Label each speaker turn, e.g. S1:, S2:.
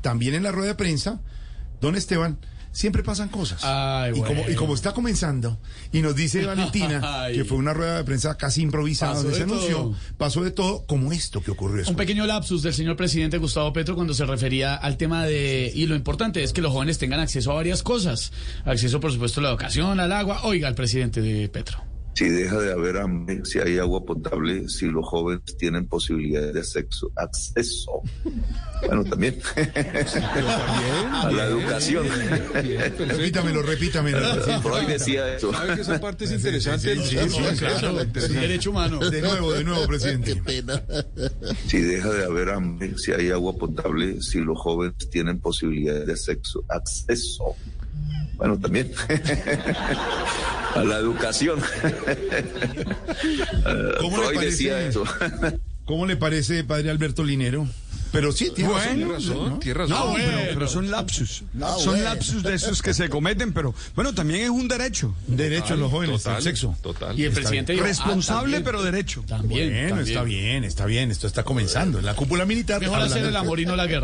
S1: también en la rueda de prensa, don Esteban, siempre pasan cosas.
S2: Ay,
S1: y, como,
S2: bueno.
S1: y como está comenzando, y nos dice Valentina,
S2: Ay.
S1: que fue una rueda de prensa casi improvisada
S2: Pasó
S1: donde se
S2: de
S1: anunció,
S2: todo.
S1: pasó de todo como esto que ocurrió
S2: Un
S1: después.
S2: pequeño lapsus del señor presidente Gustavo Petro cuando se refería al tema de, y lo importante es que los jóvenes tengan acceso a varias cosas. Acceso, por supuesto, a la educación, al agua. Oiga, el presidente de Petro.
S3: Si deja de haber hambre, si hay agua potable, si los jóvenes tienen posibilidades de sexo, acceso. Bueno, también a la educación.
S1: Repítamelo, repítamelo.
S3: Freud decía eso.
S4: ¿Sabe que esa parte es interesante?
S1: Sí, sí,
S4: Sí,
S1: sí,
S4: no,
S1: claro.
S4: claro,
S2: Sí, Derecho humano.
S1: De nuevo, de nuevo, presidente.
S3: Si deja de haber hambre, si hay agua potable, si los jóvenes tienen posibilidades de sexo, acceso. Bueno, también a la educación.
S1: ¿Cómo le
S3: Freud decía
S1: parece?
S3: eso.
S1: ¿Cómo le parece, padre Alberto Linero? Pero sí, tiene razón,
S5: Bueno,
S1: ¿no?
S5: tiene
S2: No,
S5: razón, Ah, pero,
S2: Ah, bueno. Ah,
S5: pero son lapsus.
S6: No,
S5: son
S6: bueno.
S5: lapsus de esos que se cometen, pero bueno, también es un derecho.
S1: Derecho a los jóvenes,
S4: total,
S1: al sexo.
S4: Total.
S2: Y el presidente dijo, ah,
S5: Responsable,
S2: también,
S5: pero derecho.
S2: También,
S1: Bueno,
S2: también.
S1: está bien, está bien. Esto está comenzando. En la cúpula militar.
S2: Mejor hacer
S1: hablando-
S2: el amor y no la guerra.